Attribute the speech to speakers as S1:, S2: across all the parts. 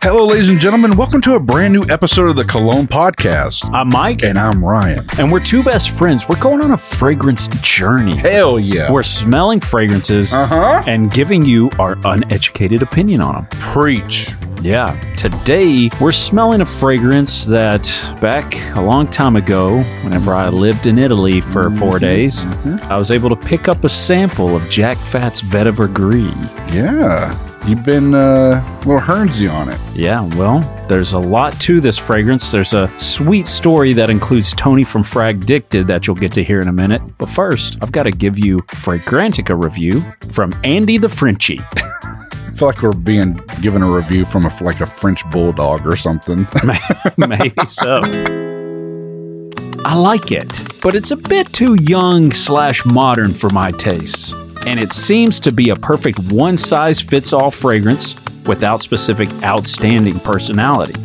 S1: Hello, ladies and gentlemen. Welcome to a brand new episode of the Cologne Podcast.
S2: I'm Mike,
S1: And I'm Ryan.
S2: and we're two best friends. We're going on a fragrance journey.
S1: Hell yeah.
S2: We're smelling fragrances
S1: Uh huh.
S2: and giving you our uneducated opinion on them.
S1: Preach.
S2: Yeah, today we're smelling a fragrance that back a long time ago, whenever I lived in Italy for four days, I was able to pick up a sample of Jack Fat's Vetiver Gris.
S1: Yeah. You've been uh, a little Hernsey on it.
S2: Yeah, well, there's a lot to this fragrance. There's a sweet story that includes Tony from Fragdicted that you'll get to hear in a minute. But first, I've got to give you Fragrantica review from Andy the Frenchie.
S1: I feel like we're being given a review from a, like a French bulldog or something.
S2: Maybe so. I like it, but it's a bit too young slash modern for my tastes. And it seems to be a perfect one size fits all fragrance without specific outstanding personality.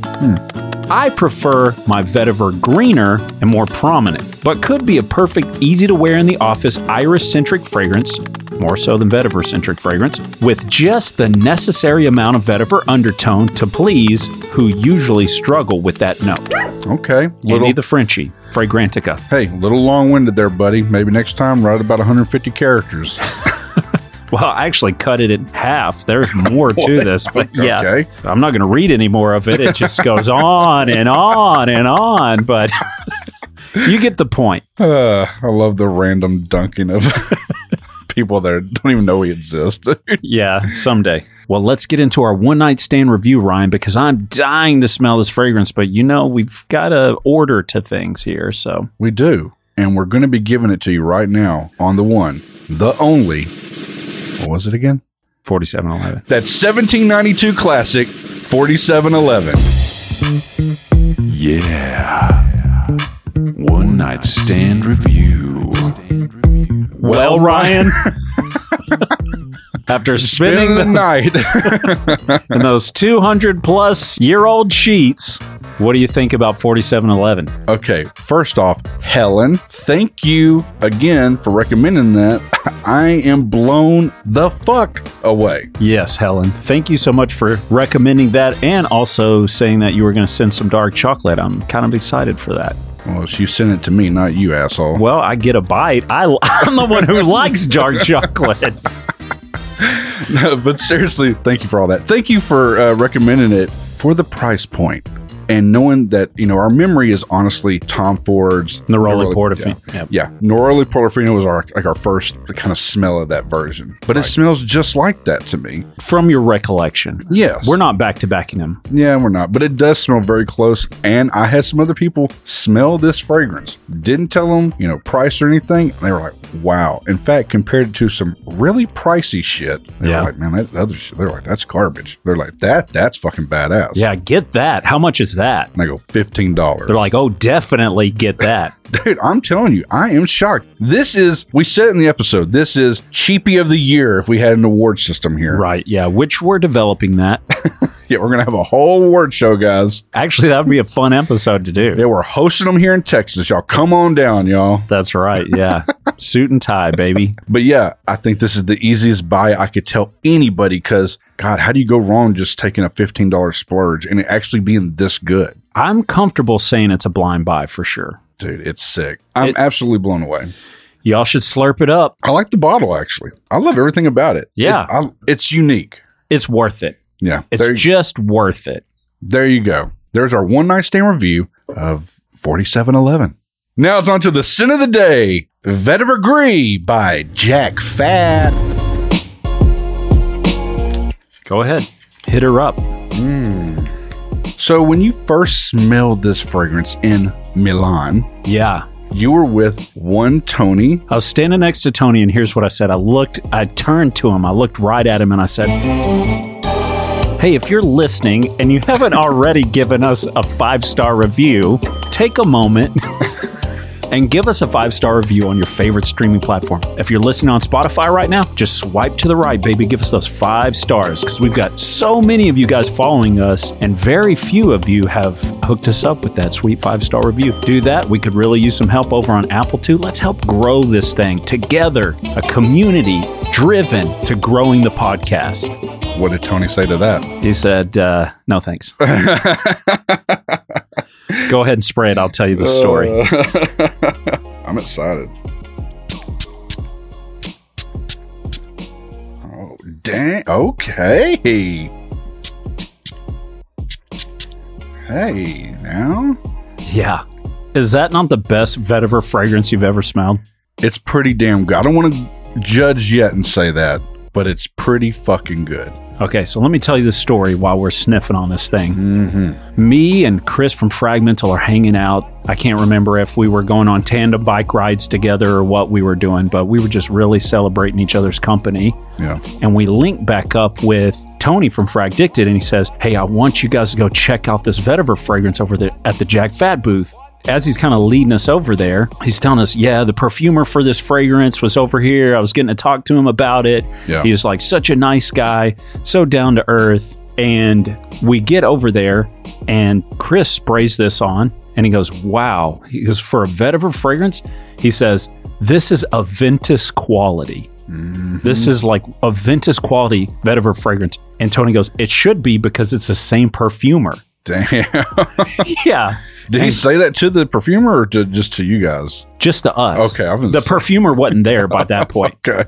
S2: I prefer my vetiver greener and more prominent, but could be a perfect, easy to wear in the office iris centric fragrance, more so than vetiver centric fragrance, with just the necessary amount of vetiver undertone to please who usually struggle with that note.
S1: Okay. Little,
S2: Andy the Frenchie, Fragrantica.
S1: hey, little long winded there, buddy. Maybe next time, write about 150 characters.
S2: Well, I actually cut it in half. There's more to this, but yeah,
S1: Okay.
S2: I'm not going to read any more of it. It just goes on and on and on, but you get the point.
S1: Uh, I love the random dunking of people that don't even know we exist.
S2: Yeah, someday. Well, let's get into our one night stand review, Ryan, because I'm dying to smell this fragrance, but you know, we've got to order to things here. So,
S1: we do. And we're going to be giving it to you right now on the one, the only. What was it again?
S2: 4711.
S1: That 1792 classic, 4711.
S3: Yeah. One night stand review.
S2: Well, Ryan, after spinning
S1: Spend the
S2: the,
S1: night.
S2: in those 200 plus year old sheets, what do you think about 4711?
S1: Okay, first off, Helen, thank you again for recommending that. I am blown the fuck away.
S2: Yes, Helen. Thank you so much for recommending that and also saying that you were going to send some dark chocolate. I'm kind of excited for that.
S1: Well, she sent it to me, not you, asshole.
S2: Well, I get a bite. I, am the one who likes dark chocolate.
S1: No, but seriously, thank you for all that. Thank you for uh, recommending it for the price point and knowing that you know our memory is honestly Tom Ford's
S2: Neroli
S1: Yeah.
S2: Portofino. Yep.
S1: Yeah, Neroli Portofino was our like our first kind of smell of that version, but it smells just like that to me.
S2: From your recollection.
S1: Yes,
S2: We're not back to backing them.
S1: Yeah, we're not, but it does smell very close. And I had some other people smell this fragrance. Didn't tell them, you know, price or anything. And they were like, wow. In fact, compared it to some really pricey shit, they
S2: Yeah.
S1: were like, man, that other shit, they're like, that's garbage. They're like, that, that's fucking badass.
S2: Yeah, get that. How much is that?
S1: And I go, $15.
S2: They're like, oh, definitely get that.
S1: Dude, I'm telling you, I am shocked. This is, we said it in the episode, this is cheapy of the year if we had an award system here.
S2: right. Yeah, which we're developing that.
S1: Yeah, we're going to have a whole award show, guys.
S2: Actually, that would be a fun episode to do.
S1: Yeah, we're hosting them here in Texas. Y'all come on down, y'all.
S2: That's right. Yeah. Suit and tie, baby.
S1: But yeah, I think this is the easiest buy I could tell anybody because, God, how do you go wrong just taking a $15 splurge and it actually being this good?
S2: I'm comfortable saying it's a blind buy for sure.
S1: Dude, it's sick. I'm
S2: It-
S1: absolutely blown away.
S2: Y'all should slurp it up.
S1: I like the bottle, actually. I love everything about it.
S2: Yeah.
S1: It's, I, it's unique.
S2: It's worth it.
S1: Yeah.
S2: It's
S1: there,
S2: just worth it.
S1: there you go. There's our one night stand review of 4711. Now it's on to the sin of the day Vetiver Gree by Jack Fat.
S2: Go ahead. Hit her up.
S1: So when you first smelled this fragrance in Milan,
S2: Yeah.
S1: You were with one Tony.
S2: I was standing next to Tony, and here's what I said. I looked, I turned to him, I looked right at him, and I said, Hey, if you're listening and you haven't already given us a five star review, take a moment and give us a five star review on your favorite streaming platform. If you're listening on Spotify right now, just swipe to the right, baby. Give us those five stars because we've got so many of you guys following us, and very few of you have hooked us up with that sweet five star review. Do that. We could really use some help over on Apple too. Let's help grow this thing together, a community driven to growing the podcast.
S1: What did Tony say to that?
S2: He said, uh, no thanks. Go ahead and spray it. I'll tell you the story.
S1: Uh. I'm excited. Oh, dang. Okay. Hey, now
S2: yeah. Is that not the best vetiver fragrance you've ever smelled?
S1: it's pretty damn good. I don't want to judge yet and say that, but it's pretty fucking good.
S2: Okay, so let me tell you the story while we're sniffing on this thing.
S1: Mm-hmm.
S2: Me and Chris from Fragmental are hanging out. I can't remember if we were going on tandem bike rides together or what we were doing, but we were just really celebrating each other's company.
S1: Yeah.
S2: And we linked back up with Tony from Fragdicted, and he says, Hey, I want you guys to go check out this vetiver fragrance over there at the Jack Fat booth. As he's kind of leading us over there, he's telling us, Yeah, the perfumer for this fragrance was over here. I was getting to talk to him about it.
S1: Yeah.
S2: He was like such a nice guy, so down to earth. And we get over there, and Chris sprays this on, and he goes, Wow. He goes, For a vetiver fragrance, he says, This is Aventus quality.
S1: Mm,
S2: This is like Aventus quality vetiver fragrance. And Tony goes, It should be because it's the same perfumer.
S1: Damn.
S2: yeah,
S1: Did he
S2: And-
S1: say that to the perfumer or to, just to you guys?
S2: just to us.
S1: Okay, I was
S2: The perfumer wasn't there by that point.
S1: Okay.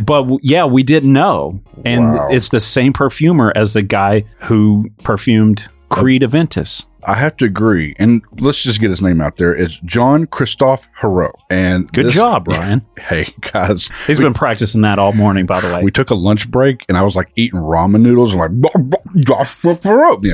S2: But w- yeah, we didn't know. And
S1: Wow.
S2: it's the same perfumer as the guy who perfumed Creed Aventus.
S1: I have to agree, and let's just get his name out there. It's John Christoph Hero. And
S2: Good
S1: this-
S2: job, Ryan.
S1: Hey guys,
S2: He's been practicing that all morning, by the way.
S1: we took a lunch break, and I was like eating ramen noodles, and like Josh Hero.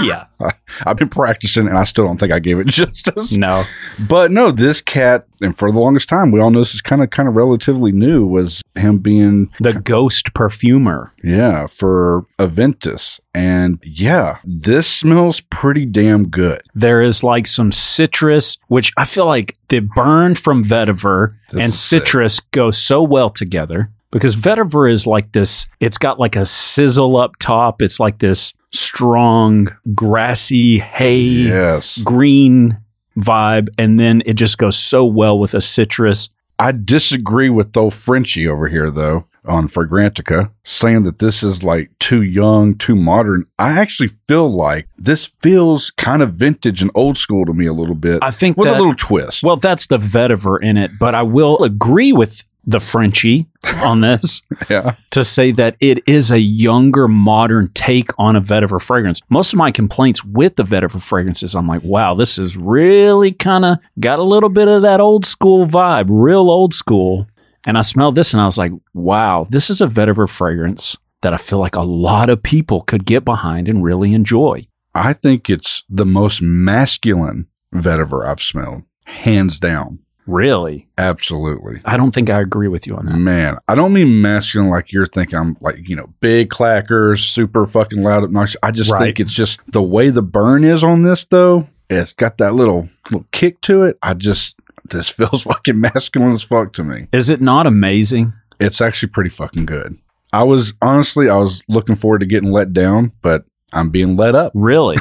S1: Yeah,
S2: yeah.
S1: I've been practicing, and I still don't think I gave it justice.
S2: No.
S1: But no, this cat, and for the longest time, we all know this is kind of kind of relatively new. Was him being
S2: The ghost perfumer.
S1: Yeah, for Aventus. And yeah, this smells pretty damn good.
S2: There is like some citrus, which I feel like the burn from vetiver
S1: This
S2: and
S1: is sick.
S2: citrus go so well together because vetiver is like this, it's got like a sizzle up top. It's like this strong, grassy, hay,
S1: Yes.
S2: green vibe. And then it just goes so well with a citrus.
S1: I disagree with though Frenchie over here though on Fragrantica saying that this is like too young, too modern. I actually feel like this feels kind of vintage and old school to me a little bit
S2: I think
S1: with
S2: that,
S1: a little twist.
S2: well, that's the vetiver in it, but I will agree with the Frenchie on this.
S1: yeah.
S2: to say that it is a younger, modern take on a vetiver fragrance. Most of my complaints with the vetiver fragrances, I'm like, wow, this is really kind of got a little bit of that old school vibe, real old school. And I smelled this and I was like, wow, this is a vetiver fragrance that I feel like a lot of people could get behind and really enjoy.
S1: I think it's the most masculine vetiver I've smelled, hands down.
S2: Really?
S1: Absolutely.
S2: I don't think I agree with you on that.
S1: Man, I don't mean masculine like you're thinking I'm like, you know, big clackers, super fucking loud, obnoxious. I just
S2: Right.
S1: think it's just the way the burn is on this though. It's got that little little kick to it. I just this feels fucking masculine as fuck to me.
S2: Is it not amazing?
S1: It's actually pretty fucking good. I was honestly I was looking forward to getting let down, but I'm being let up.
S2: Really?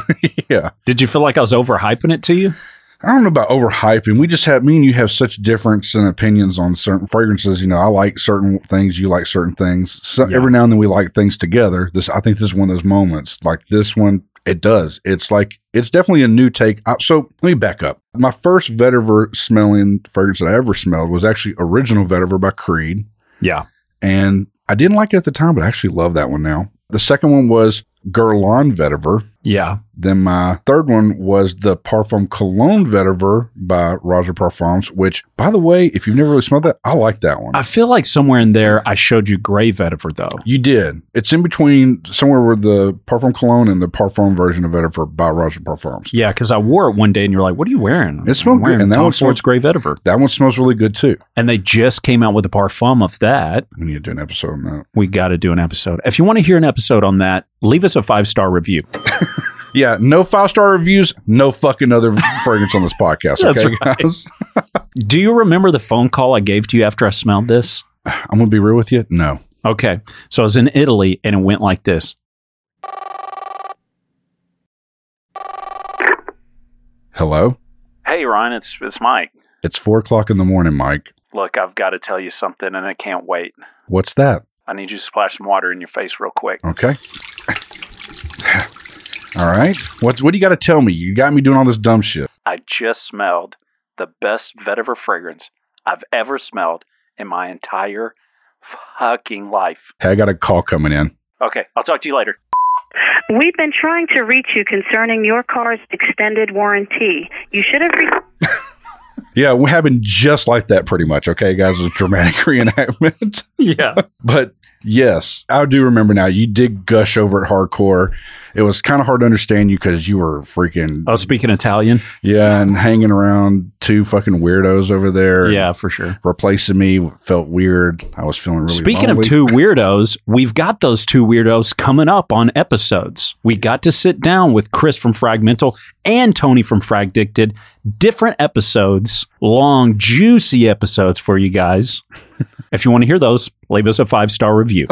S1: yeah.
S2: Did you feel like I was overhyping it to you?
S1: I don't know about overhyping. We just have me and you have such difference in opinions on certain fragrances. You know, I like certain things, you like certain things. So
S2: Yeah.
S1: every now and then we like things together. This I think this is one of those moments. Like this one, it does. It's like it's definitely a new take. I, so let me back up. My first vetiver smelling fragrance that I ever smelled was actually original vetiver by Creed,
S2: Yeah.
S1: and I didn't like it at the time, but I actually love that one now. The second one was Guerlain vetiver.
S2: Yeah.
S1: Then my third one was the Parfum Cologne Vetiver by Roger Parfums, which, by the way, if you've never really smelled that, I like that one.
S2: I feel like somewhere in there I showed you Grey Vetiver though.
S1: you did. It's in between somewhere where the Parfum Cologne and the Parfum version of Vetiver by Roger Parfums.
S2: Yeah, because I wore it one day and you're like, what are you wearing?
S1: It smelled
S2: I'm wearing
S1: good, and that
S2: Tom
S1: one
S2: Ford's Grey Vetiver.
S1: That one smells really good too.
S2: And they just came out with a parfum of that.
S1: We need to do an episode on that.
S2: We got to do an episode. If you want to hear an episode on that, leave us a five star review.
S1: Yeah, no five star reviews, no fucking other fragrance on this podcast.
S2: That's
S1: Okay,
S2: right.
S1: guys.
S2: Do you remember the phone call I gave to you after I smelled this?
S1: I'm gonna be real with you. No,
S2: Okay. So I was in Italy and it went like this.
S1: hello.
S2: Hey, Ryan, it's, it's Mike.
S1: It's four o'clock in the morning, Mike.
S4: Look, I've got to tell you something and I can't wait.
S1: What's that?
S4: I need you to splash some water in your face real quick.
S1: Okay. all right. What's what do you got to tell me? You got me doing all this dumb shit.
S4: I just smelled the best vetiver fragrance I've ever smelled in my entire fucking life.
S1: Hey, I got a call coming in.
S4: Okay, I'll talk to you later.
S5: We've been trying to reach you concerning your car's extended warranty. You should have. Re-
S1: Yeah, we happened just like that, pretty much. Okay, guys, it was a dramatic reenactment.
S2: Yeah.
S1: But yes, I do remember now. You did gush over it hardcore. It was kind of hard to understand you because you were freaking
S2: Oh, speaking Italian?
S1: yeah, and hanging around two fucking weirdos over there.
S2: Yeah, for sure.
S1: replacing me felt weird. I was feeling really.
S2: Speaking of
S1: lonely.
S2: two weirdos, we've got those two weirdos coming up on episodes. We got to sit down with Chris from Fragmental and Tony from Fragdicted. Different episodes, long, juicy episodes for you guys. if you want to hear those, leave us a five star review.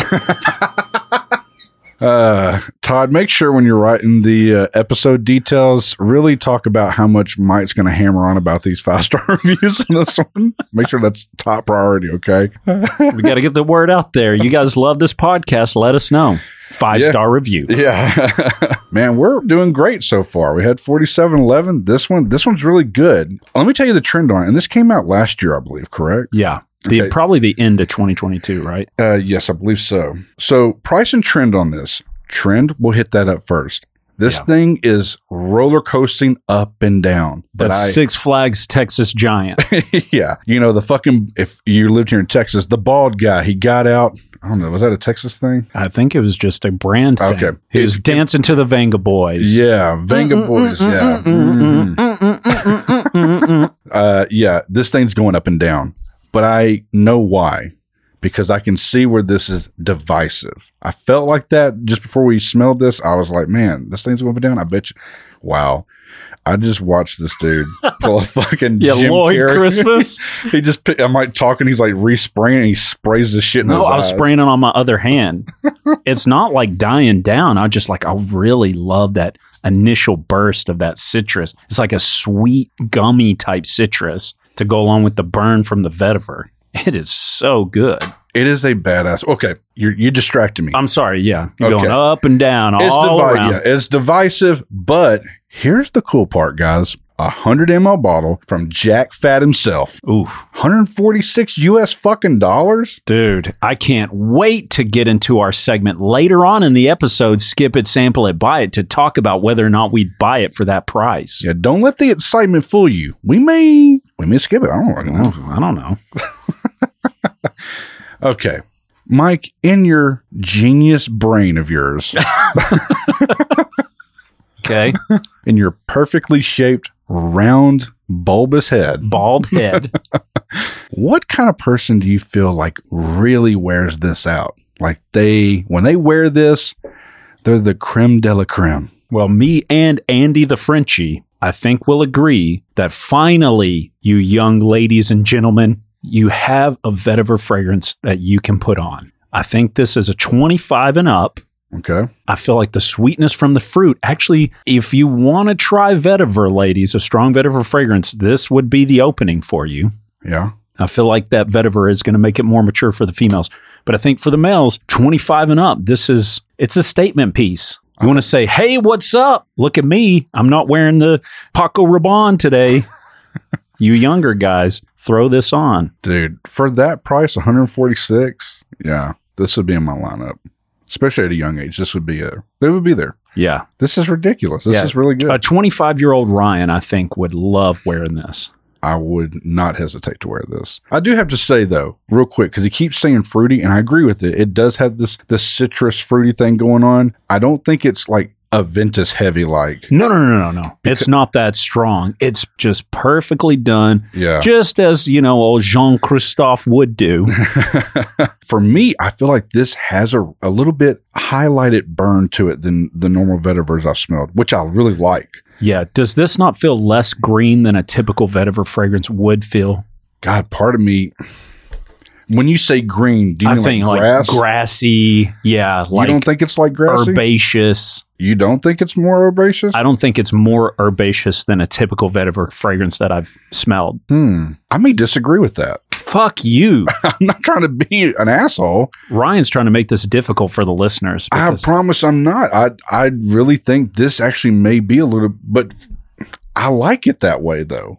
S1: Uh, Todd, make sure when you're writing the uh, episode details, really talk about how much Mike's going to hammer on about these five star reviews in this one. Make sure that's top priority, okay?
S2: we got to get the word out there. You guys love this podcast. Let us know. Five star review.
S1: Yeah. Man, we're doing great so far. We had 4711. This one, this one's really good. Let me tell you the trend on it. And this came out last year, I believe, correct?
S2: Yeah. The,
S1: Okay.
S2: Probably the end of 2022, right?
S1: Uh, yes, I believe so. So, price and trend on this. Trend, we'll hit that up first. This
S2: Yeah.
S1: thing is roller coasting up and down. But
S2: That's
S1: I,
S2: Six Flags Texas Giant.
S1: yeah, you know the fucking. If you lived here in Texas, the bald guy, he got out. I don't know. Was that a Texas thing?
S2: I think it was just a brand thing.
S1: Okay.
S2: He was dancing to the Vanga Boys.
S1: Yeah, Venga Boys. Yeah, Mhm. uh, yeah. This thing's going up and down, but I know why because I can see where this is divisive. I felt like that just before we smelled this. I was like, man, this thing's going up and down. I bet you. Wow. I just watched this dude pull a fucking
S2: Yeah,
S1: Jim
S2: Lloyd
S1: Carrey.
S2: Christmas.
S1: he just, pick- I'm like talking. He's like respraying. And he sprays this shit. In
S2: no,
S1: his
S2: I was
S1: eyes.
S2: spraying it on my other hand. it's not like dying down. I just like I really love that initial burst of that citrus. It's like a sweet gummy type citrus to go along with the burn from the vetiver. It is so good.
S1: It is a badass. Okay, you're you distracted me.
S2: I'm sorry. Yeah, you're
S1: Okay.
S2: going up and down
S1: it's
S2: all
S1: divi-
S2: around.
S1: yeah, it's divisive, but here's the cool part, guys. A hundred ml bottle from Jack Fat himself.
S2: Oof,
S1: 146 US fucking dollars.
S2: dude, I can't wait to get into our segment later on in the episode. Skip it, sample it, buy it to talk about whether or not we'd buy it for that price.
S1: Yeah, don't let the excitement fool you. We may we may skip it. I don't fucking know.
S2: Oh, I don't know.
S1: Okay. Mike, in your genius brain of yours,
S2: Okay,
S1: in your perfectly shaped, round, bulbous head,
S2: bald head.
S1: What kind of person do you feel like really wears this out? Like they, when they wear this, they're the creme de la creme.
S2: Well, me and Andy the Frenchie, I think will agree that finally, you young ladies and gentlemen, you have a vetiver fragrance that you can put on. I think this is a 25 and up.
S1: Okay.
S2: I feel like the sweetness from the fruit. Actually, if you want to try vetiver, ladies, a strong vetiver fragrance, this would be the opening for you.
S1: Yeah.
S2: I feel like that vetiver is going to make it more mature for the females. But I think for the males, 25 and up, this is it's a statement piece. You want to say, "Hey, what's up? Look at me. I'm not wearing the Paco Rabanne today." you younger guys, throw this on.
S1: Dude, for that price, 146. Yeah. This would be in my lineup, especially at a young age. This would be a, they would be there.
S2: Yeah.
S1: This is ridiculous. This
S2: Yeah. Uh,
S1: is really good.
S2: A 25-year-old Ryan, I think, would love wearing this.
S1: I would not hesitate to wear this. I do have to say though, real quick, because he keeps saying fruity, and I agree with it. It does have this this citrus fruity thing going on. I don't think it's like Aventus heavy like.
S2: No, no, no, no, no. It's not that strong. It's just perfectly done.
S1: Yeah.
S2: Just as, you know, old Jean Christophe would do.
S1: For me, I feel like this has a, a little bit highlighted burn to it than the normal vetivers I've smelled, which I really like.
S2: Yeah. Does this not feel less green than a typical vetiver fragrance would feel?
S1: God, part of me, when you say green, do you
S2: I
S1: mean
S2: think like
S1: grass?
S2: grassy. Yeah. Like
S1: you don't think it's like grassy?
S2: herbaceous.
S1: you don't think it's more herbaceous?
S2: I don't think it's more herbaceous than a typical vetiver fragrance that I've smelled.
S1: hmm. I may disagree with that.
S2: Fuck you.
S1: I'm not trying to be an asshole.
S2: Ryan's trying to make this difficult for the listeners.
S1: I
S2: because-
S1: promise I'm not. I I really think this actually may be a little, but I like it that way though.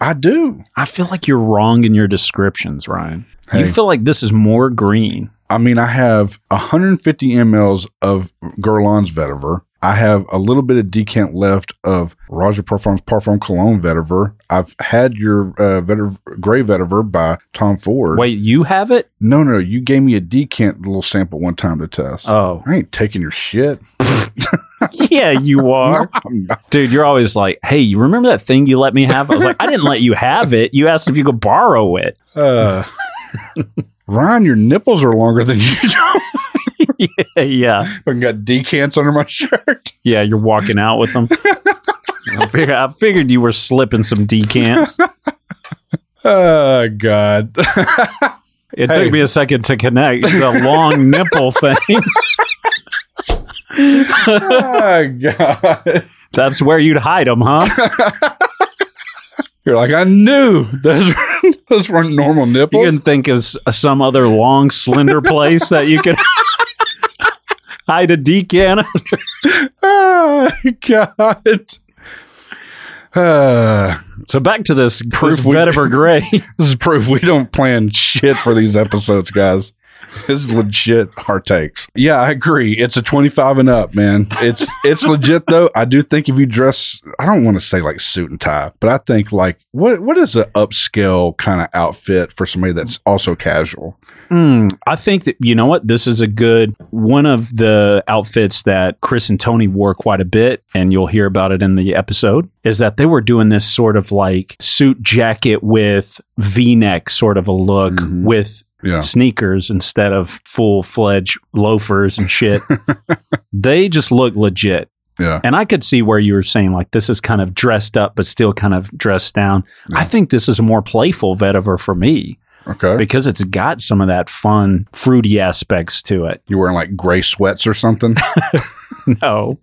S1: I do.
S2: I feel like you're wrong in your descriptions, Ryan.
S1: Hey.
S2: You feel like this is more green.
S1: I mean, I have 150 mLs of Guerlain's vetiver. I have a little bit of decant left of Roger Parfum's Parfum Cologne vetiver. I've had your uh, vetiver, gray vetiver by Tom Ford.
S2: Wait, you have it?
S1: no, no, you gave me a decant little sample one time to test.
S2: Oh,
S1: I ain't taking your shit.
S2: yeah, you are.
S1: I'm not.
S2: Dude, you're always like, hey, you remember that thing you let me have? I was like, I didn't let you have it. You asked if you could borrow it.
S1: Uh, Ryan, your nipples are longer than usual.
S2: yeah.
S1: I got decants under my shirt.
S2: Yeah, you're walking out with them. I, fig- I figured you were slipping some decants.
S1: Oh, God.
S2: It
S1: Hey.
S2: took me a second to connect the long nipple thing.
S1: oh, God.
S2: That's where you'd hide them, huh?
S1: You're like, I knew those were, those weren't normal
S2: You
S1: nipples.
S2: can think of s- uh, some other long, slender place that you could hide a decant.
S1: oh, God. Uh,
S2: so back to this proof
S1: we-
S2: vetiver gray.
S1: this is proof we don't plan shit for these episodes, guys. This is legit our takes. Yeah, I agree. It's a 25 and up, man. It's it's legit though. I do think if you dress I don't want to say like suit and tie, but I think like what what is an upscale kind of outfit for somebody that's also casual?
S2: Hmm, I think that you know what this is a good one of the outfits that Chris and Tony wore quite a bit, and you'll hear about it in the episode. Is that they were doing this sort of like suit jacket with V-neck sort of a look
S1: Mhm.
S2: with
S1: Yeah.
S2: sneakers instead of full-fledged loafers and shit. they just look legit.
S1: Yeah.
S2: And I could see where you were saying like this is kind of dressed up but still kind of dressed down. I think this is a more playful vetiver for me
S1: Okay.
S2: because it's got some of that fun, fruity aspects to it.
S1: You're wearing like gray sweats or something.
S2: No.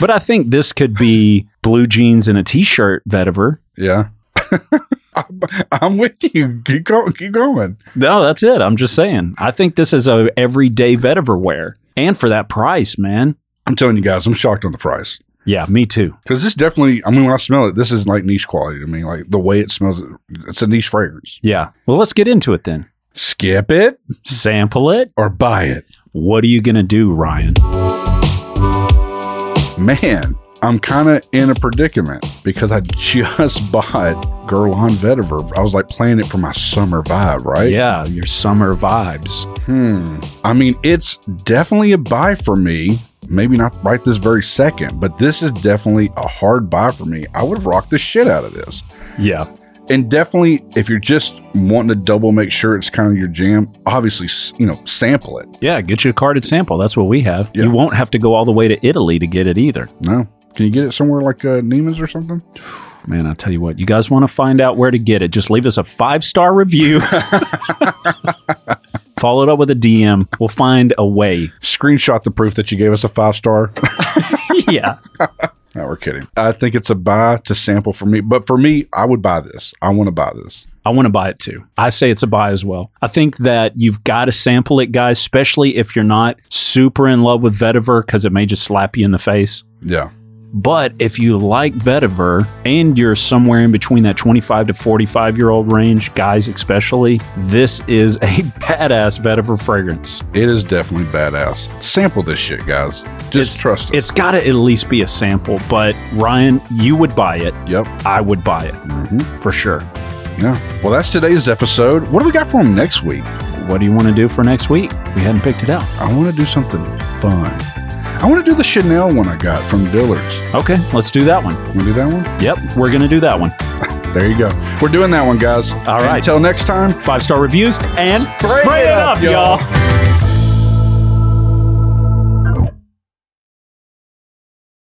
S2: but I think this could be blue jeans and a t shirt vetiver.
S1: Yeah. I'm, I'm with you. Keep, go, keep going.
S2: No, that's it. I'm just saying. I think this is a everyday vetiver wear. And for that price, man.
S1: I'm telling you guys, I'm shocked on the price.
S2: Yeah, me too.
S1: Because this definitely, I mean, when I smell it, this is like niche quality to me. Like the way it smells, it's a niche fragrance.
S2: Yeah. Well, let's get into it then.
S1: Skip it
S2: Sample it.
S1: or buy it.
S2: What are you going to do, Ryan?
S1: Man, I'm kind of in a predicament because I just bought Guerlain Vetiver. I was like playing it for my summer vibe, right?
S2: Yeah, your summer vibes.
S1: Hmm. I mean, it's definitely a buy for me. Maybe not right this very second, but this is definitely a hard buy for me. I would have rocked the shit out of this.
S2: Yeah.
S1: And definitely, if you're just wanting to double make sure it's kind of your jam, obviously, s- you know, sample it.
S2: Yeah, get you a carded sample. That's what we have.
S1: Yeah.
S2: You won't have to go all the way to Italy to get it either.
S1: No. Can you get it somewhere like uh, Neiman's or something?
S2: Man, I tell you what, you guys want to find out where to get it, just leave us a five star review. Follow it up with a DM. We'll find a way.
S1: Screenshot the proof that you gave us a five star.
S2: yeah.
S1: no, we're kidding. I think it's a buy to sample for me. But for me, I would buy this. I want to buy this.
S2: I want to buy it too. I say it's a buy as well. I think that you've got to sample it, guys, especially if you're not super in love with vetiver because it may just slap you in the face.
S1: Yeah.
S2: But if you like vetiver and you're somewhere in between that 25 to 45 year old range, guys especially, this is a badass vetiver fragrance.
S1: It is definitely badass. Sample this shit, guys. Just trust us.
S2: It's got to at least be a sample, but Ryan, you would buy it.
S1: Yep.
S2: I would buy it
S1: Mhm.
S2: for sure.
S1: Yeah. Well, that's today's episode. What do we got for them next week?
S2: What do you want to do for next week? We hadn't picked it out.
S1: I want to do something fun. I want to do the Chanel one I got from Dillard's.
S2: Okay, let's do that one.
S1: Want to do that one?
S2: Yep, we're going to do that one.
S1: There you go. We're doing that one, guys.
S2: All right.
S1: Until next time.
S2: Five star reviews and
S1: Spray it up, y'all.
S2: y'all.